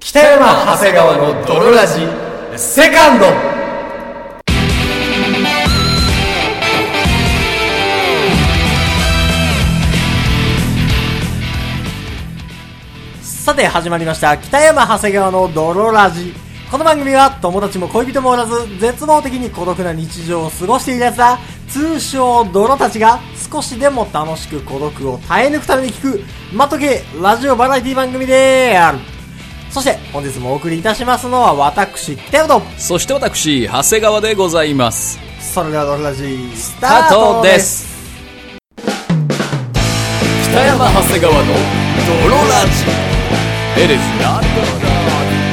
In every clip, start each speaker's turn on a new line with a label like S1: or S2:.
S1: 北山長谷川の泥ラジセカンドさて始まりました北山長谷川の泥ラジこの番組は友達も恋人もおらず絶望的に孤独な日常を過ごしている奴ら通称泥たちが少しでも楽しく孤独を耐え抜くために聞くまとけラジオバラエティ番組であるそして本日もお送りいたしますのは私北山と
S2: そして私、長谷川でございます。
S1: それではドロラジースタ
S2: 加
S1: ート
S2: 藤
S1: で
S2: ですす。北山長谷川の泥ラジ。エレスな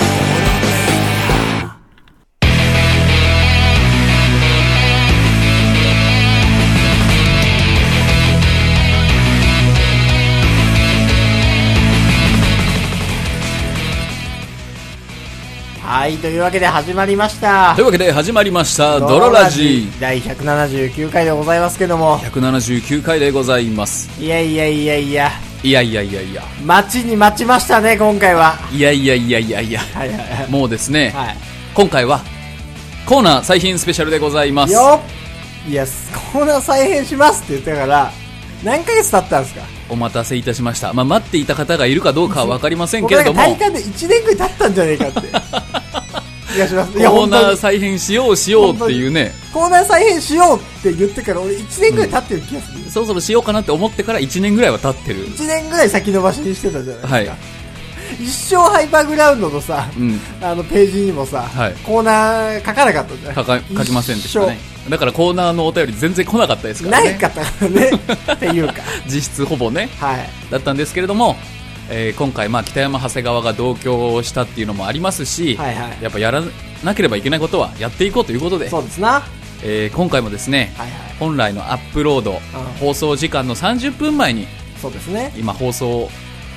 S1: はいというわけで始まりました
S2: というわけで始まりました、泥ラジ。
S1: 第179回でございますけども
S2: 179回でございます。
S1: いやいやいやいや
S2: いやいやいやいや。
S1: 待ちに待ちましたね今回はい
S2: やいやいやいやいや。
S1: はいはいはい
S2: もうですね、
S1: はい
S2: 今回は、コーナー最新スペシャルでございます。
S1: よっいやコーナー再編しますって言ったから何ヶ月経ったんですか
S2: お待たせいたしました。まあ、待っていた方がいるかどうかはわかりませんけ
S1: 僕な
S2: れ
S1: んか体
S2: ども、
S1: 感で1年ぐらい経ったんじゃねえかって 気がしますいや
S2: コー
S1: 本
S2: ナ
S1: 当
S2: ー
S1: に
S2: 再編しようしようっていうね。
S1: コーナー再編しようって言ってから俺1年ぐらい経ってる気がする、
S2: そろそろしようかなって思ってから1年ぐらいは経ってる。
S1: 1年ぐらい先延ばしにしてたじゃないですか、
S2: はい。
S1: 一生ハイパーグラウンドのさ、
S2: うん
S1: あのページにもさ、
S2: はい
S1: コーナー書かなかったじゃない
S2: 書か書きませんでしたね。だからコーナーのお便り全然来なかったです
S1: 一生
S2: からね。
S1: ないかったからねっていうか
S2: 実質ほぼね。
S1: はい
S2: だったんですけれども、えー今回、まあ、北山長谷川が同居をしたっていうのもありますし、
S1: はいはい
S2: やっぱやらなければいけないことはやっていこうということで、
S1: そうですなは
S2: えー今回もですね、
S1: いはい
S2: 本来のアップロード、放送時間の30分前に、
S1: そうですね
S2: 今放送、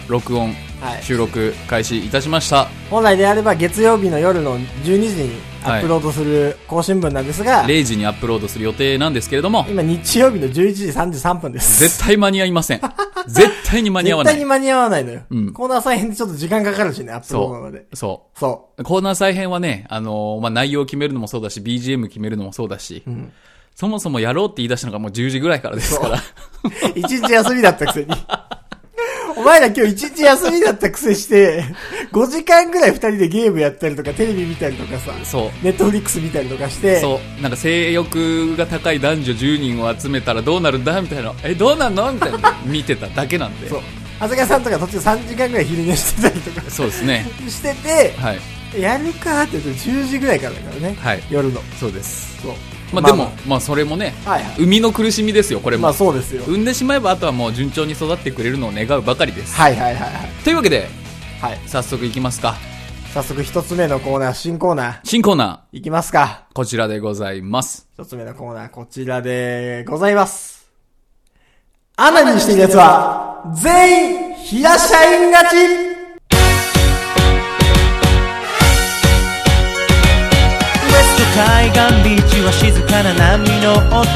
S2: 録音、
S1: はい
S2: 収録開始いたしました。
S1: 本来であれば月曜日の夜の12時にアップロードする更新分なんですが、
S2: 0時にアップロードする予定なんですけれども、
S1: 今日曜日の11時33分です
S2: 絶対間に合いません。絶対に間に合わな
S1: 絶対
S2: い
S1: に。間に合わないのよ、
S2: うん
S1: コーナー再編でちょっと時間かかるしねアップロード
S2: そ
S1: まで
S2: う。そ。
S1: そう
S2: コーナー再編はね、あのーまあ、内容を決めるのもそうだし、BGM 決めるのもそうだし、
S1: ん
S2: そもそもやろうって言い出したのがもう10時ぐらいからですから、
S1: 一日休みだったくせに。お前ら今日一日休みだったくせして、5時間ぐらい二人でゲームやったりとか、テレビ見たりとかさ、
S2: そう。
S1: ネットフリックス見たりとかして、
S2: そう。なんか性欲が高い男女10人を集めたらどうなるんだみたいな。え、どうなんのみたいな。見てただけなんで。
S1: そう。長谷川さんとか途中3時間ぐらい昼寝してたりとか
S2: そうですね。
S1: してて、
S2: はい。
S1: やるかって言うと10時ぐらいからだからね。
S2: はい
S1: 夜の。
S2: そうです。
S1: そう。
S2: まあ、でも、まあ、それもね、
S1: はいはい
S2: 生みの苦しみですよ、これも。
S1: まあそうですよ。
S2: 産んでしまえば、あとはもう順調に育ってくれるのを願うばかりです。
S1: はいはいはいはい。
S2: というわけで、
S1: はい。
S2: 早速いきますか。
S1: 早速一つ目のコーナー、新コーナー、
S2: 新コーナ
S1: いきますか。
S2: ー、こちらでございます。
S1: 一つ目のコーナー、こちらでございます。アナにしている奴は、全員、平社員勝ち
S3: ウエスト海岸ビーチは静かな波の音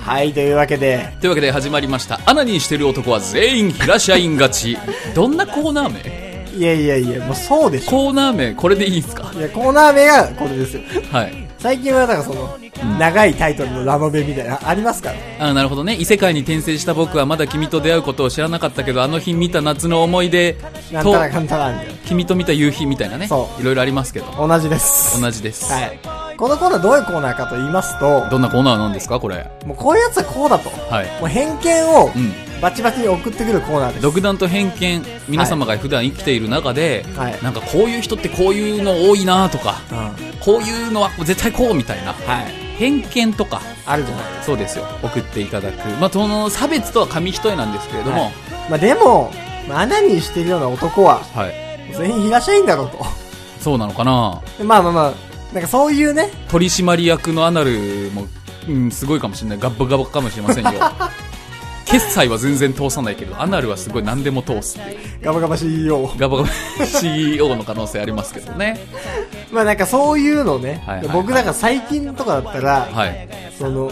S1: はい、というわけで、
S2: というわけで始まりました。アナにしてる男は全員平社員勝ち。どんなコーナー名
S1: いやいやいや、もうそうでしょ。
S2: コーナー名、これでいいんすか
S1: いや、コーナー名がこれですよ。
S2: はい。
S1: 最近はなんかその、長いタイトルのラノベみたいな、ありますから。
S2: あなるほどね。異世界に転生した僕はまだ君と出会うことを知らなかったけど、あの日見た夏の思い出
S1: なん
S2: と
S1: た、らかんたらみたい
S2: 君と見た夕日みたいなね。
S1: そ
S2: いろいろありますけど。
S1: な。同じです。
S2: 同じです。
S1: はい。このコーナーどういうコーナーかと言いますと、
S2: どんなコーナーなんですかこれ。
S1: もうこういうやつはこうだと。
S2: はい。
S1: もう偏見を
S2: うん、
S1: バチバチに送ってくるコーナーです。
S2: 独断と偏見皆様が普段生きている中で、
S1: はい
S2: なんかこういう人ってこういうの多いなとか、
S1: うん。はい。
S2: こういうのは絶対こうみたいな偏見とか
S1: あるじゃないですか。
S2: そうですよ送っていただく、まあ、その差別とは紙一重なんですけれども、
S1: まあでも、まあ、穴にしてるような男は、
S2: はい
S1: 全員いらっしゃいんだろう
S2: そうなのかな
S1: と。 まあまあまあ、なんかそういうね、
S2: 取締役のアナルも、うん、すごいかもしれないガッバガバかもしれま せんよ決済は全然通さないけどアナルはすごい何でも通すっていう
S1: ガバガバ CEO。
S2: ガバガバ CEO の可能性ありますけどね
S1: まあなんかそういうのね、
S2: はいはいはい
S1: 僕なんか最近とかだったら、
S2: はい
S1: その、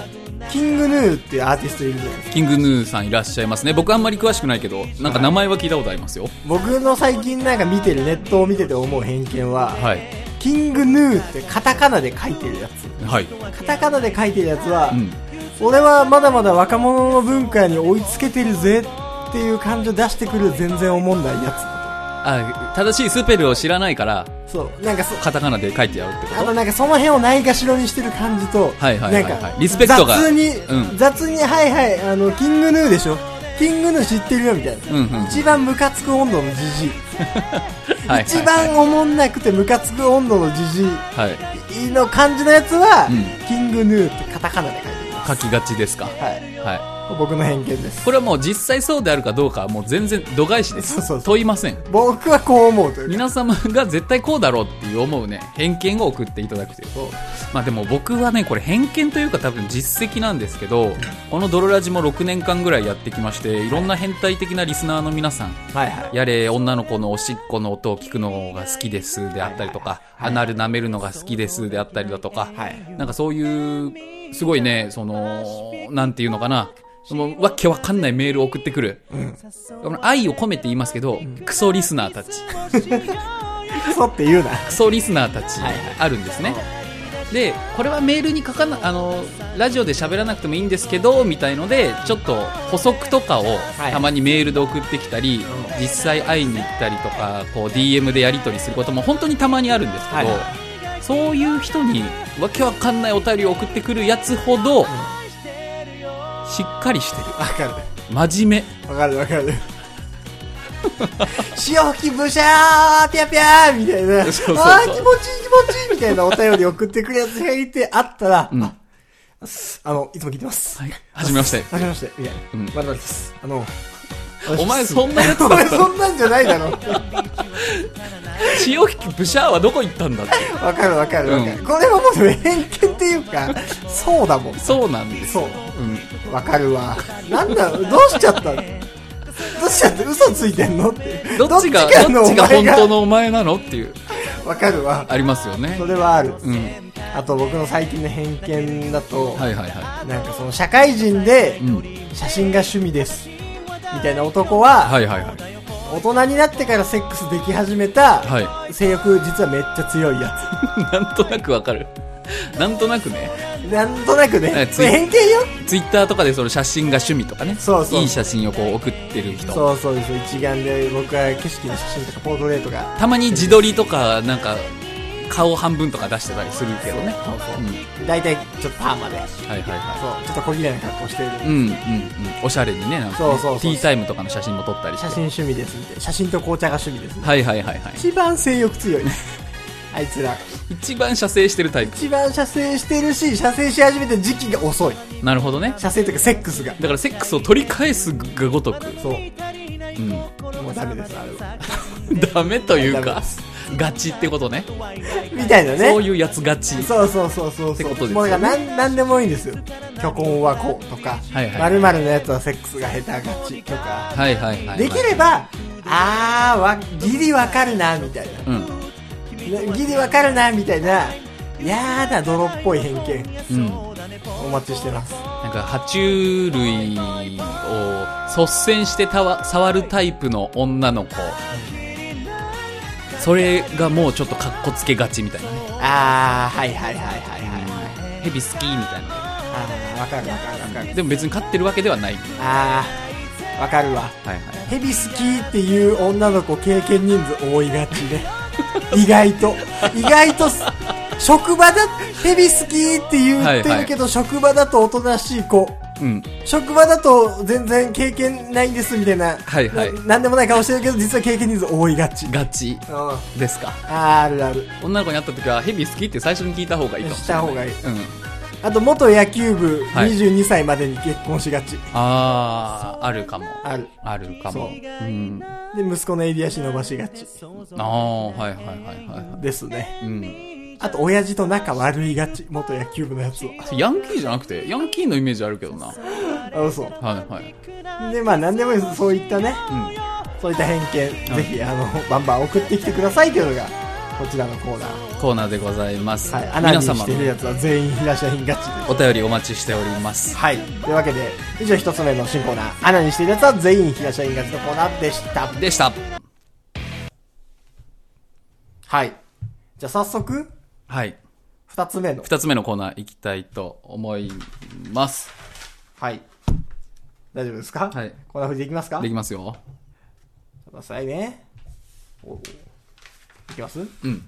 S1: キングヌーっていうアーティストいるじゃないですか
S2: キングヌーさんいらっしゃいますね僕あんまり詳しくないけどなんか名前は聞いたことありますよ
S1: 僕の最近なんか見てるネットを見てて思う偏見は、
S2: はい
S1: キングヌーってカタカナで書いてるやつ
S2: はい
S1: カタカナで書いてるやつは、
S2: うん
S1: 俺はまだまだ若者の文化に追いつけてるぜっていう感情出してくる全然思んないや
S2: あ正しいスペルを知らないから
S1: つそうなんかそ
S2: カタカナで書いてやるってこ
S1: あ
S2: と
S1: のなんかその辺をないがしろにしてる感じと、
S2: はいはいはいはい
S1: なんか
S2: リスペクトが
S1: 雑に、
S2: うん
S1: 雑にはいはいあのキングヌーでしょキングヌー知ってるよみたいな、
S2: うんうんうん
S1: 一番ムカつく温度のじじい
S2: はい
S1: 一番おもんなくてムカつく温度のじじ
S2: はい、はい、
S1: いの感じのやつは、
S2: うん
S1: キングヌーってカタカナで書いてま
S2: 書きがちですか
S1: すはい
S2: はい
S1: 僕の偏見です
S2: これはもう実際そうであるかどうかはもう全然度外視です
S1: そうそうそう
S2: 問いません
S1: 僕はこう思うというか
S2: 皆様が絶対こうだろうっていう思うね偏見を送っていただくという
S1: そう
S2: まあでも僕はねこれ偏見というか多分実績なんですけどこの「ドロラジ」も6年間ぐらいやってきましていろんな変態的なリスナーの皆さん
S1: はいはい
S2: やれ女の子のおしっこの音を聞くのが好きですであったりとか、アナル舐めるのが好きですであったりだとか、
S1: はい
S2: なんかそういう、すごいね、その、なんていうのかな、そのわけわかんないメールを送ってくる。この愛を込めて言いますけど、クソリスナーたち、
S1: クソって言うな
S2: クソリスナーたち
S1: はいはい
S2: あるんですね。で、これはメールに書かな、あの、ラジオで喋らなくてもいいんですけど、みたいので、ちょっと補足とかを
S1: い
S2: たまにメールで送ってきたり、
S1: う
S2: 実際会いに行ったりとか、こう DM でやり取りすることも本当にたまにあるんですけ
S1: はい
S2: ど、
S1: は
S2: そういう人にわけわかんないお便りを送ってくるやつほど、しっかりしてる。
S1: わかる
S2: 真面
S1: わかるわかる 潮吹きブシャーぴゃぴゃーみたいな
S2: そうそうそう
S1: あー気持ちいい気持ちいいみたいなお便り送ってくるやつがいてあったら、
S2: 目。うん。
S1: ああのいつも聞いてます
S2: はい。はじめ まして。
S1: わかりましたいや、
S2: うん
S1: まだですあの
S2: お前そんなやつだ
S1: お
S2: った
S1: 前そんなんじゃないだろ
S2: 潮引きブシャーはどこ行ったんだって。
S1: わかるわかるわかる、
S2: うん
S1: これはもうでも偏見っていうかそうだもん
S2: そうなんです。
S1: そう
S2: うん。
S1: わかるわなんだどうしちゃったのどうしちゃって嘘ついてんのって
S2: どっちが、どっちが本当のお前なのっていう、
S1: のわかるわ
S2: ありますよね
S1: そ。れはある、
S2: うん。
S1: あと僕の最近の偏見だと、
S2: はいはいは
S1: なんかその社会人で
S2: い。うん。
S1: 写真が趣味ですみたいな男は、
S2: はいはいはい。
S1: 大人になってからセックスでき始めた、
S2: は
S1: 性欲実はめっちゃ強いやつ
S2: い。なんとなくわかる。なんとなくね。
S1: なんとなくね
S2: えつい
S1: 偏見よ
S2: ツイッターとかでその写真が趣味とかね。
S1: そうそう
S2: いい写真をこう送ってる人。
S1: そうそうです一眼で僕は景色の写真とかポートレートが
S2: たまに自撮りとか、なんか、顔半分とか出してたりするけどね。
S1: そうそう
S2: うん。
S1: 大体ちょっとパーマでそ
S2: はいはいは
S1: うちょっと小嫌いな格好してる、
S2: い。うんうんうん。おしゃれにね、なんかね、
S1: そうそうそう
S2: ティータイムとかの写真も撮ったりして。
S1: 写真趣味ですみたいな写真と紅茶が趣味です、
S2: はいはいはいはい。
S1: 一番性欲強いあいつら
S2: 一番写生してるタイプ。
S1: 一番射精してるし射精し始めた時期が遅い
S2: なるほどね。
S1: 射精というかセックスが
S2: だからセックスを取り返すがごとく。
S1: そう
S2: うん。
S1: もうダメですあれは
S2: ダメという
S1: ダメ
S2: か
S1: で、
S2: ガチってことね。
S1: みたいなね
S2: そういうやつガチ。
S1: そうそうそうそう
S2: って
S1: そ
S2: こ
S1: う
S2: とです
S1: も
S2: よ
S1: う
S2: ね
S1: なんか何でもいいんですよ虚婚はこうとか、
S2: はいはい
S1: 〇〇のやつはセックスが下手がちとか
S2: はいはいはいはい。
S1: できればあーわギリわかるなみたい
S2: うん。
S1: ななギリわかるなみたいなやだ泥っぽい偏見
S2: うん。
S1: お待ちしてます
S2: なんか、爬虫類を率先してたわ触るタイプの女の子。それがもうちょっとかっこつけがちみたいなね。
S1: あーはいはいはいはいはいはい
S2: ヘビ好きみたいな。
S1: あーわかるわかるわかる
S2: でも別に飼ってるわけではない。
S1: あーわかるわ
S2: はいはい。
S1: ヘビ好きっていう女の子経験人数多いがち ね意外と意外とす職場だヘビ好きって言ってるけど、
S2: はい
S1: 職場だとおとなしい子
S2: うん。
S1: 職場だと全然経験ないんですみたいな、
S2: はいはい
S1: ななんでもない顔してるけど実は経験人数多いがち、うん、
S2: ガチ
S1: あ
S2: ですか。
S1: ーあるある
S2: 女の子に会った時は、ヘビ好きって最初に聞いた方がいいかも
S1: し
S2: しれ
S1: た
S2: ない。
S1: 方がいい
S2: うん。
S1: あと元野球部
S2: はい
S1: 22歳までに結婚しがち、
S2: あー、あるかも。
S1: ある
S2: あるかも。
S1: そう
S2: うん。
S1: で息子の襟足伸ばしがち
S2: ああ、はいはいはいは
S1: ですね
S2: い。うん。
S1: あと親父と仲悪いがち元野球部のやつを
S2: ヤンキーじゃなくて、ヤンキーのイメージあるけどな。は
S1: あ嘘
S2: いはい。
S1: でまあ何でもいいですそういったね
S2: うん。
S1: そういった偏見、ぜひあのバンバン送ってきてくださいというのがこちらのコーナー。
S2: コーナーでございます。
S1: はい。穴に
S2: 皆様
S1: してる
S2: の
S1: やつは全員平社員勝ちです。
S2: お便りお待ちしております。
S1: はい。というわけで、以上一つ目の新コーナー、穴にしてるやつは全員平社員勝ちのコーナーでした。
S2: でした。
S1: はい。じゃあ早速、
S2: はい。
S1: 二つ目の。
S2: 二つ目のコーナー行きたいと思います。
S1: はい。大丈夫ですか
S2: はい
S1: こんな風にできますか
S2: できますよ。
S1: くださいね。おいきます
S2: うん。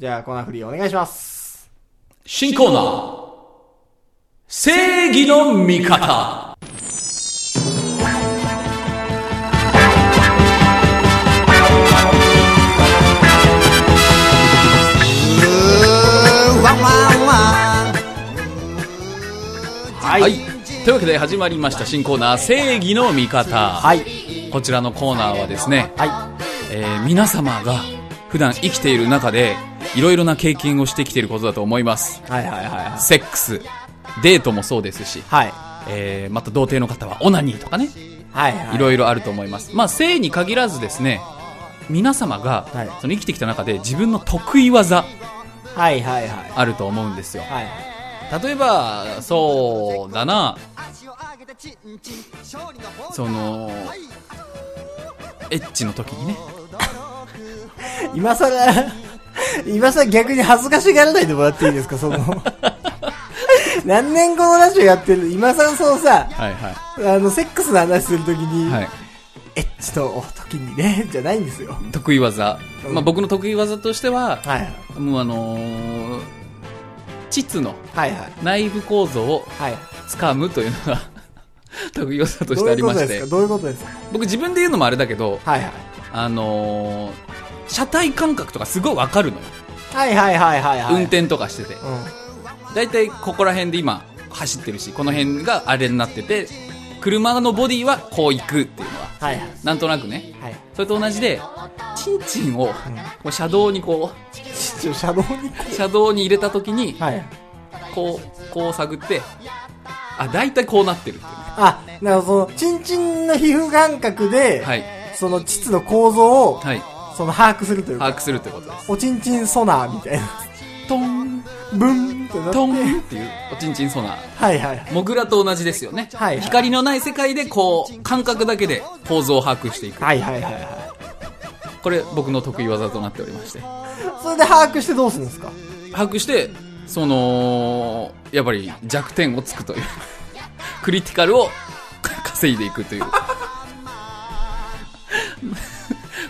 S1: じゃあ、コーナーフリーお願いします。
S2: 新コーナー。正義の味方。
S1: は
S2: はい。というわけで始まりました新コーナー、正義の味方。
S1: はい。
S2: こちらのコーナーはですね、
S1: は
S2: えー皆様が普段生きている中で、いろいろな経験をしてきていることだと思います
S1: い。。はいはいは
S2: セックス、デートもそうですし
S1: い。、は
S2: えーまた童貞の方はオナニーとかね、
S1: い。はいはい。
S2: いろいろあると思います。まあ、性に限らずですね、皆様が、
S1: はい
S2: その生きてきた中で自分の得意技
S1: はいはいはい。
S2: あると思うんですよ。
S1: はい。
S2: 例えば、そうだな、その、エッチの時にね、
S1: 今さら、今さら逆に恥ずかしがらないでもらっていいですか、そ の。何年後のラジオやってる今さらそのさ、
S2: はいはい。
S1: あの、セックスの話するときに、
S2: はい、
S1: エッチと時にね、じゃないんですよ。
S2: 得意技、
S1: うん
S2: まあ、僕の得意技としては、
S1: はいはい。
S2: もうあのー、膣の
S1: はいはい。
S2: 内部構造を
S1: はい。
S2: 掴むというのが 得意技と
S1: ど
S2: して
S1: う
S2: あ
S1: いう
S2: り
S1: こ
S2: ま
S1: と
S2: し
S1: で
S2: て
S1: すかどういうことですか
S2: 僕自分で言うのもあれだけど、
S1: はいはい。
S2: あのー、車体感覚とかすごいわかるのよ、
S1: はいはいはいはいはい。
S2: 運。転とかしてて
S1: うん。
S2: 大体ここら辺で今走ってるしこの辺があれになってて車のボディはこう行くっていうのは
S1: はいはい。
S2: なんとなくね
S1: はい。
S2: それと同じでチンチンをこう車道にこう
S1: ちょ、車道に。
S2: 車道に入れた時に
S1: はい。
S2: こうこう探ってあ大体こうなってるっていうね
S1: あ、なるほど、その、チンチンの皮膚感覚で、
S2: はい
S1: その膣の構造を、
S2: はい
S1: その把握するという
S2: 把
S1: か、
S2: 握するってことです
S1: おちんちんソナーみたいな。
S2: トン
S1: ブンってなって。
S2: トンっていうおちんちんソナー
S1: はいはい。
S2: モグラと同じですよね、
S1: はい
S2: 光のない世界でこう感覚だけで構造を把握していく
S1: はいはいはいは
S2: これ僕の得意技となっておりまして
S1: い。それで把握してどうするんですか
S2: 把握してそのやっぱり弱点をつくというクリティカルを稼いでいくという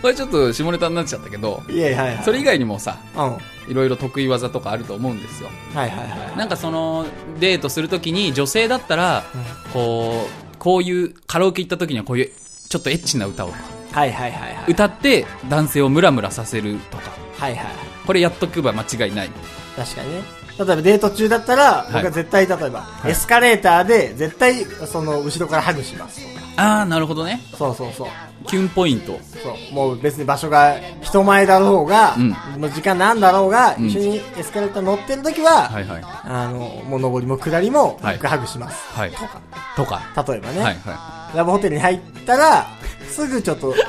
S2: これちょっと下ネタになっちゃったけど
S1: いやいやはいはい。
S2: それ以外にもさ
S1: うん。はい
S2: ろいろ得意技とかあると思うんですよ
S1: いはいはい。
S2: なんかそのデートするときに女性だったらこうこういうカラオケ行った時にはこういうちょっとエッチな歌をとか
S1: はいはいはいはい。
S2: 歌って男性をムラムラさせるとか
S1: はいはいはい。
S2: これやっとけば間違いない
S1: 確かにね。例えばデート中だったら、僕は絶対例えば、エスカレーターで絶対その後ろからハグしますとか。
S2: ああなるほどね
S1: そうそうそう。
S2: キュンポイント
S1: そう。もう別に場所が人前だろうが、
S2: うん
S1: もう時間なんだろうが、
S2: ん
S1: 一緒にエスカレーター乗ってる時は、
S2: はいはい
S1: あの、もう上りも下りも、
S2: はい
S1: 僕ハグします。
S2: はい
S1: とか。
S2: とか
S1: 例えばね、
S2: はいは
S1: ラブホテルに入ったら、すぐちょっと、す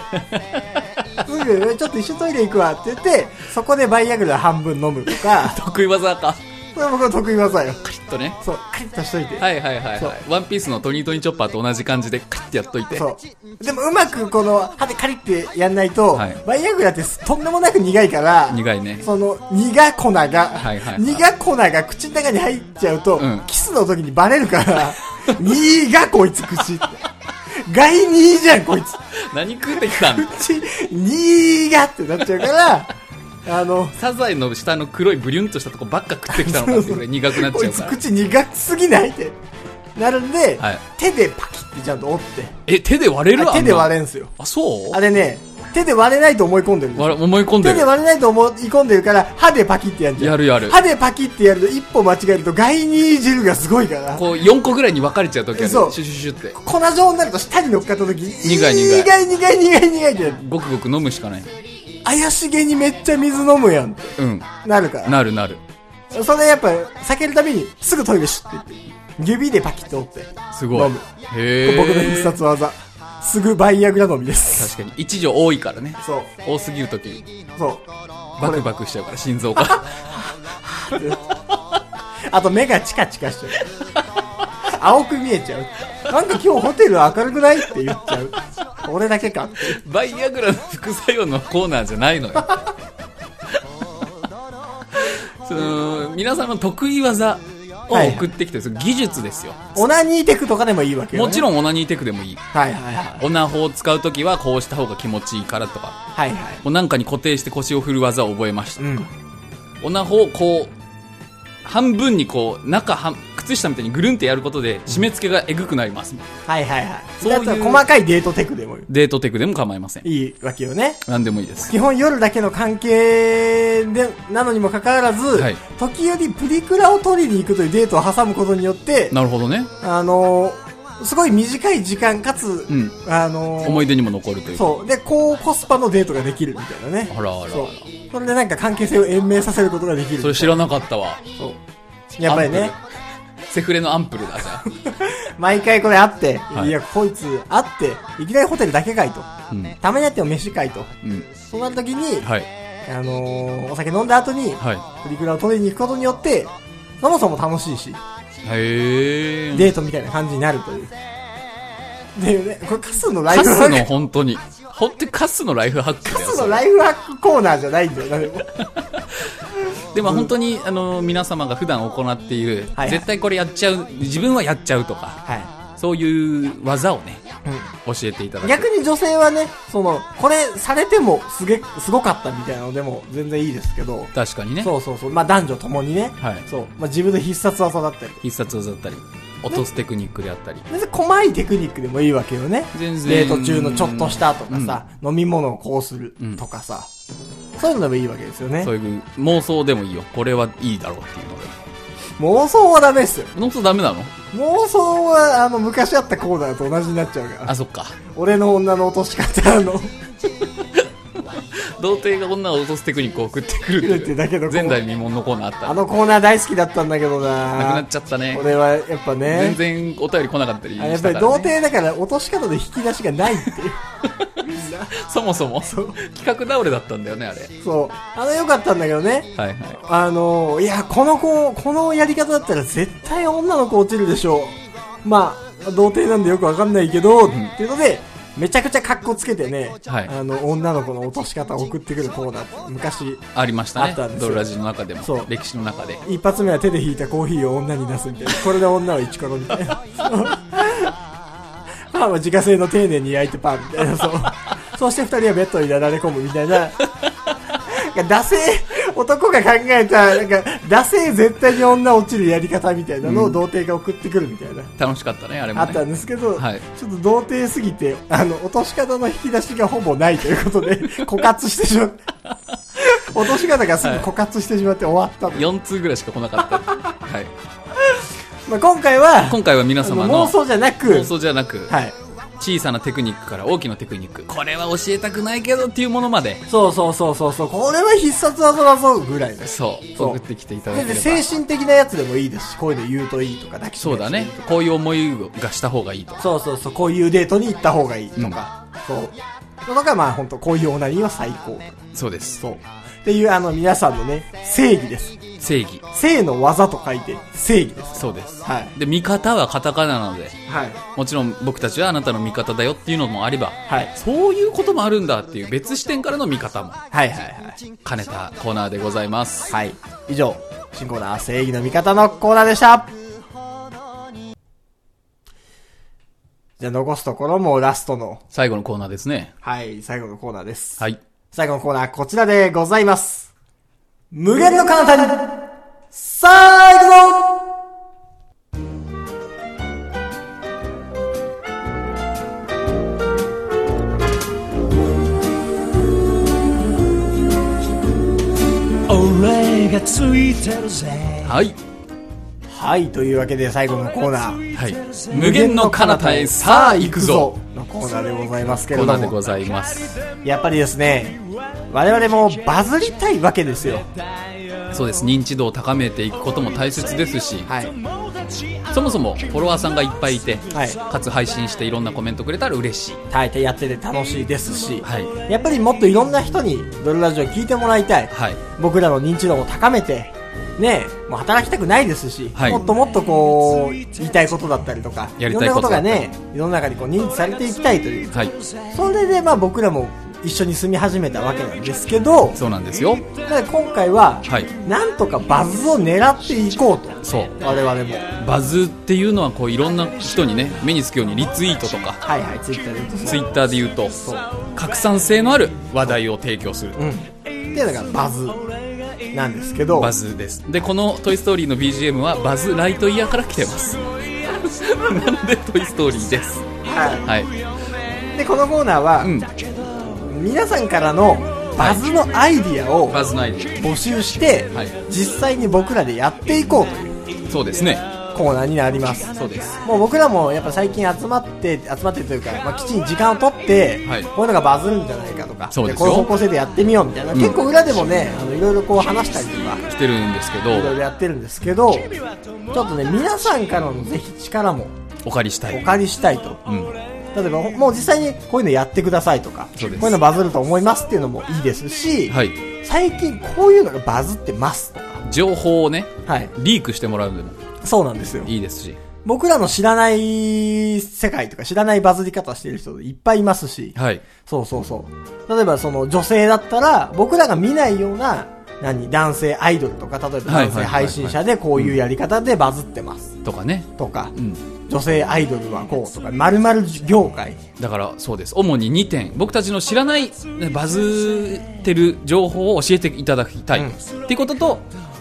S1: ぐ、ちょっと一緒にトイレ行くわって言って、そこでバイアグラ半分飲むとか
S2: い、得意技か
S1: これ僕の得意技よ。
S2: カリッとね
S1: そう、カリッとしといて。
S2: はいはいはい
S1: そ
S2: はいワンピースのトニートニーチョッパーと同じ感じでカリッてやっといて
S1: そう。でもうまくこの、歯でカリってやんないと、
S2: はい
S1: バイアグラってとんでもなく苦いから、
S2: 苦いね
S1: その、苦粉が、
S2: はいはい
S1: 苦粉が口の中に入っちゃうと、
S2: うん
S1: キスの時にバレるから、 苦こいつ口って。害にいいじゃんこいつ。
S2: 何食ってきたん
S1: 口、苦ってなっちゃうから、あの、
S2: サザエの下の黒いブリュンとしたとこばっか食ってきたのかっていうぐらい苦くなっ
S1: こ
S2: ちゃ
S1: いうつ
S2: から
S1: 口苦すぎないってなるんで、
S2: はい
S1: 手でパキってちゃんと折って、
S2: え手で割れる
S1: あ手で割
S2: れ
S1: れんすよ。
S2: あそう
S1: あれね、手で割れないと思い込んでるんですよ
S2: わら思い込んで
S1: 手
S2: る
S1: で割れないと思い込んでるから、歯でパキってやるじゃん。
S2: やるやる
S1: 歯でパキってやると一歩間違えると、外に汁がすごいから、
S2: こう4個ぐらいに分かれちゃう時あるシ
S1: そ
S2: ュ
S1: う
S2: シュシュシュって
S1: 粉状になると下に乗っかった時に、
S2: 苦い苦い
S1: 苦い苦い苦い苦いってやる。
S2: ごくごく飲むしかない
S1: 怪しげにめっちゃ水飲むやんって
S2: うん
S1: なるから。
S2: なるなる
S1: それやっぱ、避けるために、すぐトイレシュって言って、指でパキって折って。
S2: すごい
S1: 飲む
S2: へえ
S1: 僕の必殺技。すぐバイアグラ飲みです。
S2: 確かに一条多いからね
S1: そう。
S2: 多すぎる時
S1: そう。
S2: バクバクしちゃうから、心 臓が。
S1: あと目がチカチカしちゃう。青く見えちゃう。なんか今日ホテル明るくないって言っちゃう。俺だけかっていう
S2: バイアグラの副作用のコーナーじゃないのよ。その皆さんの得意技を送ってきてる、その技術ですよ。
S1: オナニーテクとかでもいいわけよ、ね。
S2: もち
S1: ん。
S2: ろんオナニーテクでもいい。
S1: はいはいはい。
S2: オナホを使うときはこうした方が気持ちいいからとか、
S1: はいはい。
S2: もうなんかに固定して腰を振る技を覚えました
S1: う。ん。
S2: オナホをこう、半分にこう、中半、靴下みたいにぐるんってやることで締め付けがえぐくなります。
S1: はいはいはい。
S2: そういう
S1: だったら細かいデートテクでも
S2: デートテクでも構いません。
S1: いいわけよね。
S2: 何でもいいです。
S1: 基本夜だけの関係で、なのにもかかわらず、
S2: はい
S1: 時折プリクラを取りに行くというデートを挟むことによって、
S2: なるほどね。
S1: あのーすごい短い時間かつ、
S2: うん
S1: あのー
S2: 思い出にも残るというか。
S1: そう。で、高コスパのデートができるみたいなね。
S2: あらあらあら
S1: そう。それでなんか関係性を延命させることができる。
S2: それ知らなかったわ。
S1: そうやっぱりね、
S2: アンプル。セフレのアンプルだじゃあ
S1: 毎回これあって、、
S2: はいい
S1: や、こいつあって、いきなりホテルだけかいと。
S2: うん。
S1: たまにあっても飯かいと。
S2: うん。
S1: そうなった時に、
S2: はい。
S1: あのーお酒飲んだ後に、
S2: は
S1: プリクラを取りに行くことによって、そもそも楽しいし、
S2: い。へえ。
S1: デートみたいな感じになるという。でね、これカスのライ
S2: カ
S1: フハ
S2: スの
S1: ック、
S2: 本当に。本当にカスのライフハック
S1: カ
S2: だよ。
S1: ス
S2: そ
S1: の
S2: れ
S1: ライフハックコーナーじゃないんだよ、誰も。
S2: でも本当に、あの、皆様が普段行っている、
S1: はい
S2: 絶対これやっちゃう、自分はやっちゃうとか、
S1: は
S2: そういう技をね、
S1: い。うん
S2: 教えていただく。
S1: 逆に女性はね、その、これされてもすげ、すごかったみたいなのでも全然いいですけど、
S2: 確かにね。
S1: そうそうそう、まあ男女ともにね、
S2: はい
S1: そう、まあ自分の必殺技だったり、
S2: 必殺技だったり、落とすテクニックであったり。
S1: 別に細いテクニックでもいいわけよね。
S2: 全然
S1: デート中のちょっとしたとかさ、飲み物をこうするとかさ、そういうのでもいいわけですよね
S2: そ。ういう妄想でもいいよ。これはいいだろうっていうので。
S1: 妄想はダメですよ。
S2: 妄想ダメなの
S1: 妄想は、あの、昔あったコーナーと同じになっちゃうから
S2: あ、。そっか。
S1: 俺の女の落とし方の、
S2: 童貞が女を落とすテクニックを送ってくるって
S1: 送るって
S2: い
S1: いう
S2: う
S1: だけの
S2: 前代未聞のコーナーあった
S1: あ
S2: な
S1: のコーナー大好きだったんだけどな
S2: くなっちゃったね
S1: 俺はやっぱね。
S2: 全然お便り来なかったりし
S1: あや
S2: た
S1: っ
S2: か
S1: ぱ
S2: ら、
S1: り
S2: ね、
S1: 童貞だから落とし方で引き出しがないっていう。
S2: そもそも企画倒れだったんだよねあれ
S1: そう。あれ良かったんだけどね。
S2: はいはい
S1: あの、いや、この子、このやり方だったら絶対女の子落ちるでしょう。まあ、童貞なんでよくわかんないけど、っていうので、めちゃくちゃ格好つけてね、
S2: はい
S1: あの、女の子の落とし方を送ってくるコーナー、昔、
S2: ありました
S1: あ
S2: ね
S1: ったんですよ
S2: ドルラジの中でも
S1: そう
S2: 歴史の中で
S1: 一発目は手で引いたコーヒーを女に出すみたいな。これで女をイチコロみた いな。そうパンは自家製の丁寧に焼いてパンみたいな。そう。そして二人はベッドになだれ込むみたいな。なんか、惰性、男が考えた、なんか、惰性絶対に女落ちるやり方みたいなのを童貞が送ってくるみたいな。
S2: 楽しかったねあれも、
S1: あ
S2: ね、
S1: ったんですけど、
S2: はい
S1: ちょっと童貞すぎて、あの、落とし方の引き出しがほぼないということで、 枯渇してしまって。落とし方がすぐ枯渇してしまって終わったの。
S2: 4通ぐらいしか来なかった、 はい、
S1: まあ、今回は、
S2: 今回は皆
S1: あの
S2: 様の
S1: 妄想じゃなく、
S2: 妄想じゃなく、
S1: はい。
S2: 小さなテクニックから大きなテクニックこれは教えたくないけどっていうものまで
S1: そうそうそうそうそう、これは必殺技だぞぐらいです。
S2: そう
S1: そう
S2: 送ってきていただ
S1: 全
S2: けれ
S1: 然
S2: ば
S1: 精神的なやつでもいいですし、こういうの言うといいとか、抱きし
S2: そ
S1: め
S2: う
S1: る
S2: だ
S1: と
S2: ねこういう思いがした方がいいと
S1: そうそうそう、こういうデートに行った方がいいとか、そう。とか、まあ本当こういうオナニーは最高とか
S2: そうです
S1: そう。っていう、あの、皆さんのね、正義です。
S2: 正義
S1: 性の技と書いて、正義です。
S2: そうです、
S1: はい
S2: で味方はカタカナなので
S1: はい。
S2: もちろん僕たちはあなたの味方だよっていうのもあれば、
S1: はい
S2: そういうこともあるんだっていう別視点からの見方も
S1: はいはいはい。
S2: 兼ねたコーナーでございます。
S1: はい。以上、新コーナー、正義の味方のコーナーでした。じゃあ、残すところもラストの、
S2: 最後のコーナーですね。
S1: はい、最後のコーナーです。
S2: はい。
S1: 最後のコーナー、こちらでございます。無限の彼方に、さあ、行くぞ
S3: 俺がついてるぜ
S2: はい。
S1: はい、というわけで最後のコーナー、
S2: はい。無限の彼方へさあ行くぞ
S1: のコーナーでございますけ
S2: コ
S1: れ
S2: ーナ
S1: ど
S2: ーでご
S1: も、
S2: ざいます。
S1: やっぱりですね、我々もバズりたいわけですよ。
S2: そうです。認知度を高めていくことも大切ですし、
S1: はい。
S2: そもそもフォロワーさんがいっぱいいて、
S1: はい
S2: かつ配信していろんなコメントくれたら嬉しい。
S1: 大抵やってて楽しいですし、
S2: は
S1: やっぱりもっといろんな人にドルラジオ聞いてもらいたい、
S2: はい。
S1: 僕らの認知度も高めて、ねえ、もう働きたくないですし、
S2: はい
S1: もっともっとこう、言いたいことだったりとか、
S2: やり
S1: ろん
S2: たい
S1: な
S2: こ
S1: ことと
S2: だ
S1: が
S2: ったり
S1: ね、世の中にこう認知されていきたいという、
S2: はい。
S1: それでまあ僕らも一緒に住み始めたわけなんですけど、
S2: そうなんですよ。
S1: なので今回は、
S2: はい
S1: なんとかバズを狙っていこうと。
S2: そう。
S1: 我々も。
S2: バズっていうのはこういろんな人にね、目につくようにリツイートとか、
S1: はいはい、ツイッターで言うと
S2: ツイッターで言うと、拡散性のある話題を提供する。
S1: うん。っていうのがバズなんですけど、
S2: バズです。で、このトイストーリーの BGM はバズライトイヤーから来てます。 なんでトイストーリーです。
S1: は
S2: はい。
S1: い、でこのコーナーは、
S2: うん。
S1: 皆さんからのバズのアイディアを
S2: バズないで。
S1: 募集して、
S2: はい
S1: 実際に僕らでやっていこうという
S2: そうですね。
S1: コーナーになります
S2: そうです。
S1: もう僕らもやっぱ最近集まって集まってというか、まあ、きちんと時間を取って、
S2: はい
S1: こういうのがバズるんじゃないかとか
S2: そうです
S1: こう
S2: よ
S1: いう方向性でやってみようみたいな、
S2: うん
S1: 結構裏でもねあのいろいろこう話したりとか
S2: 来てるんですけ
S1: いろい
S2: ど、
S1: ろやってるんですけどちょっとね皆さんからのぜひ力も
S2: お借りした
S1: お
S2: い。
S1: 借りしたいと
S2: うん。
S1: 例えばほもう実際にこういうのやってくださいとか
S2: そうです
S1: こういうのバズると思いますっていうのもいいですし、
S2: はい。
S1: 最近こういうのがバズってますとか、
S2: 情報をね、
S1: はい、
S2: リークしてもらうのでも
S1: そうなんですよ
S2: いいですし、
S1: 僕らの知らない世界とか知らないバズり方してる人いっぱいいますし、
S2: はい。
S1: そうそうそう。例えばその女性だったら、僕らが見ないような、何、男性アイドルとか、例えば男
S2: はいはいはいはい
S1: 性配信者でこういうやり方でバズってます
S2: とかね。
S1: とか
S2: う、ん。
S1: 女性アイドルはこうとか、〇〇業界。
S2: だからそうです。主に2点。僕たちの知らないねバズってる情報を教えていただきたい。
S1: うん
S2: っていうことと、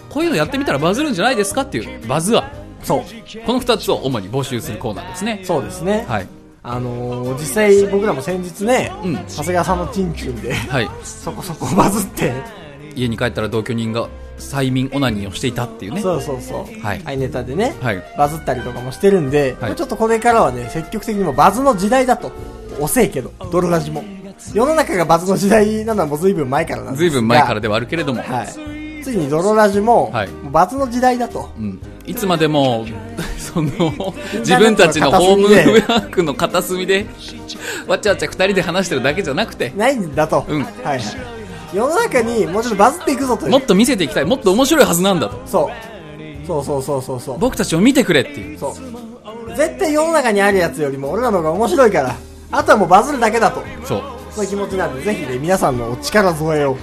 S2: こういうのやってみたらバズるんじゃないですかっていうバズは
S1: そう。
S2: この2つを主に募集するコーナーですね。
S1: そうですね。
S2: はい。
S1: あのー実際僕らも先日ね、
S2: うん
S1: 長谷川さんのチンチンで、
S2: はい。
S1: そこそこバズって、
S2: 家に帰ったら同居人が催眠オナニーをしていたっていうね。
S1: そうそうそう。
S2: はい
S1: アイネタでね、
S2: はい
S1: バズったりとかもしてるんで、
S2: はい
S1: もうちょっとこれからはね、積極的にもうバズの時代だと。遅いけど、ドロラジも。世の中がバズの時代なのはもう随分前からなんです
S2: ずいぶん前から
S1: で。
S2: ではあるけれども。
S1: はい。ついにドロラジも、
S2: はい
S1: もうバズの時代だと。
S2: うん、いつまでも その自分たちのホームウェアクの片隅でわちゃわちゃ二人で話してるだけじゃなくて
S1: ないんだと。
S2: うん
S1: はいはい。世の中にもうちょっとバズっていくぞという。
S2: もっと見せていきたいもっと面白いはずなんだと
S1: そう。そうそうそうそうそう。
S2: 僕たちを見てくれっていう
S1: そう。絶対世の中にあるやつよりも俺らの方が面白いから、あとはもうバズるだけだと。
S2: そう
S1: そういう気持ちなんで、ぜひね、皆さんのお力添えを。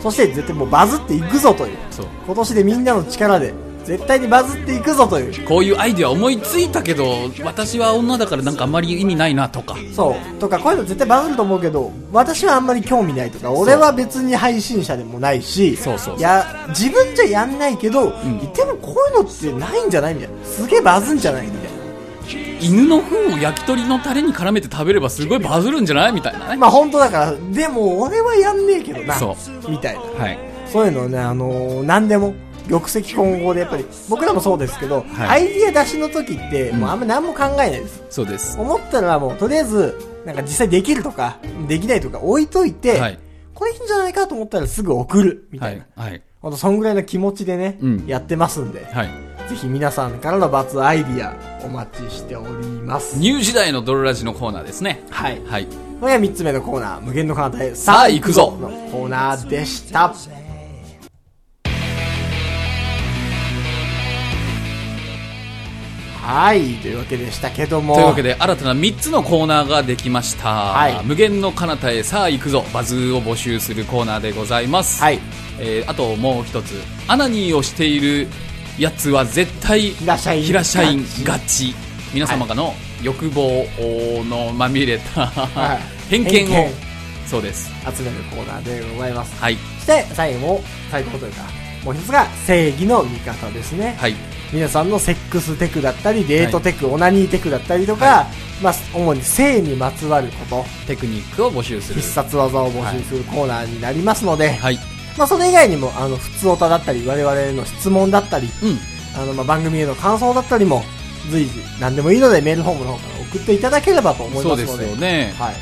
S1: そして絶対もうバズっていくぞという。
S2: そう
S1: 今年でみんなの力で、絶対にバズっていくぞという。
S2: こういうアイデア思いついたけど私は女だからなんかあんまり意味ないなとか
S1: そう。とか、こういうの絶対バズると思うけど、私はあんまり興味ないとか、俺は別に配信者でもないし、
S2: そうそうそう
S1: や、自分じゃやんないけど、でもこういうのってないんじゃないみたいな。すげえバズんじゃないみたいな。
S2: 犬の糞を焼き鳥のタレに絡めて食べればすごいバズるんじゃないみたいなね
S1: まあ本当だから、でも俺はやんねえけどな、
S2: そ
S1: みたいな。
S2: はい
S1: そういうのをね、あのー何でも、玉石混合でやっぱり、僕らもそうですけど、
S2: は
S1: アイディア出しの時って、もうあんま何も考えないです。
S2: そうです
S1: 思ったらもう、とりあえず、なんか実際できるとか、できないとか置いといて、
S2: はい
S1: これいいんじゃないかと思ったらすぐ送る、みた
S2: はい
S1: な。
S2: いはい
S1: ほんとそんぐらいの気持ちでね、
S2: うん
S1: やってますんで、
S2: はい
S1: ぜひ皆さんからのバツアイディア、お待ちしております。
S2: ニュー時代のドロラジのコーナーですね
S1: はい。
S2: はい
S1: それが3つ目のコーナー、無限の彼方へ、
S2: さあ行くぞ
S1: のコーナーでした。はい、というわけでしたけども。
S2: というわけで新たな3つのコーナーができました、
S1: はい
S2: 無限の彼方へさあ行くぞバズーを募集するコーナーでございます、
S1: はい。
S2: えーあともう一つアナニーをしているやつは絶対
S1: らっしゃい
S2: 平社員ガチ皆様からの欲望のまみれた、
S1: い
S2: 偏見を
S1: 偏見
S2: そうです
S1: 集めるコーナーでございます。
S2: はい
S1: そして、最後も、最後というか、もう一つが、正義の味方ですね。
S2: はい
S1: 皆さんのセックステクだったり、デートテク、オナニーテクだったりとか、まあ、主に性にまつわること、
S2: テクニックを募集する
S1: 必殺技を募集するコーナーになりますので、
S2: はい
S1: まあ、それ以外にも、あの、普通オタだったり、我々への質問だったり、
S2: うん
S1: あの、まあ、番組への感想だったりも、随時、何でもいいので、メールフォームの方から送っていただければと思い
S2: そ
S1: ま
S2: う
S1: す
S2: で
S1: の
S2: す
S1: で。
S2: よね、
S1: はい。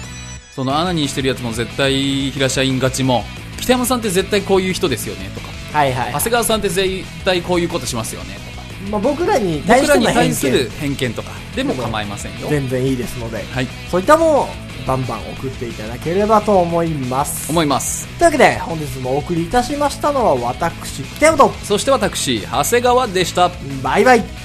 S2: そのアナニーしてるやつも絶対平社員ガチも北山さんって絶対こういう人ですよねとか
S1: はいはい
S2: 長。谷川さんって絶対こういうことしますよねとか
S1: まあ、僕らに対
S2: 僕
S1: して
S2: らに
S1: の偏
S2: 対する
S1: 見
S2: 偏見とかでも構いませんよ。
S1: 全然いいですので、
S2: はい、
S1: そういったものをバンバン送っていただければと思います。
S2: 思います。
S1: というわけで、本日もお送りいたしましたのは私、北山と、
S2: そして私、長谷川でした。
S1: バイバイ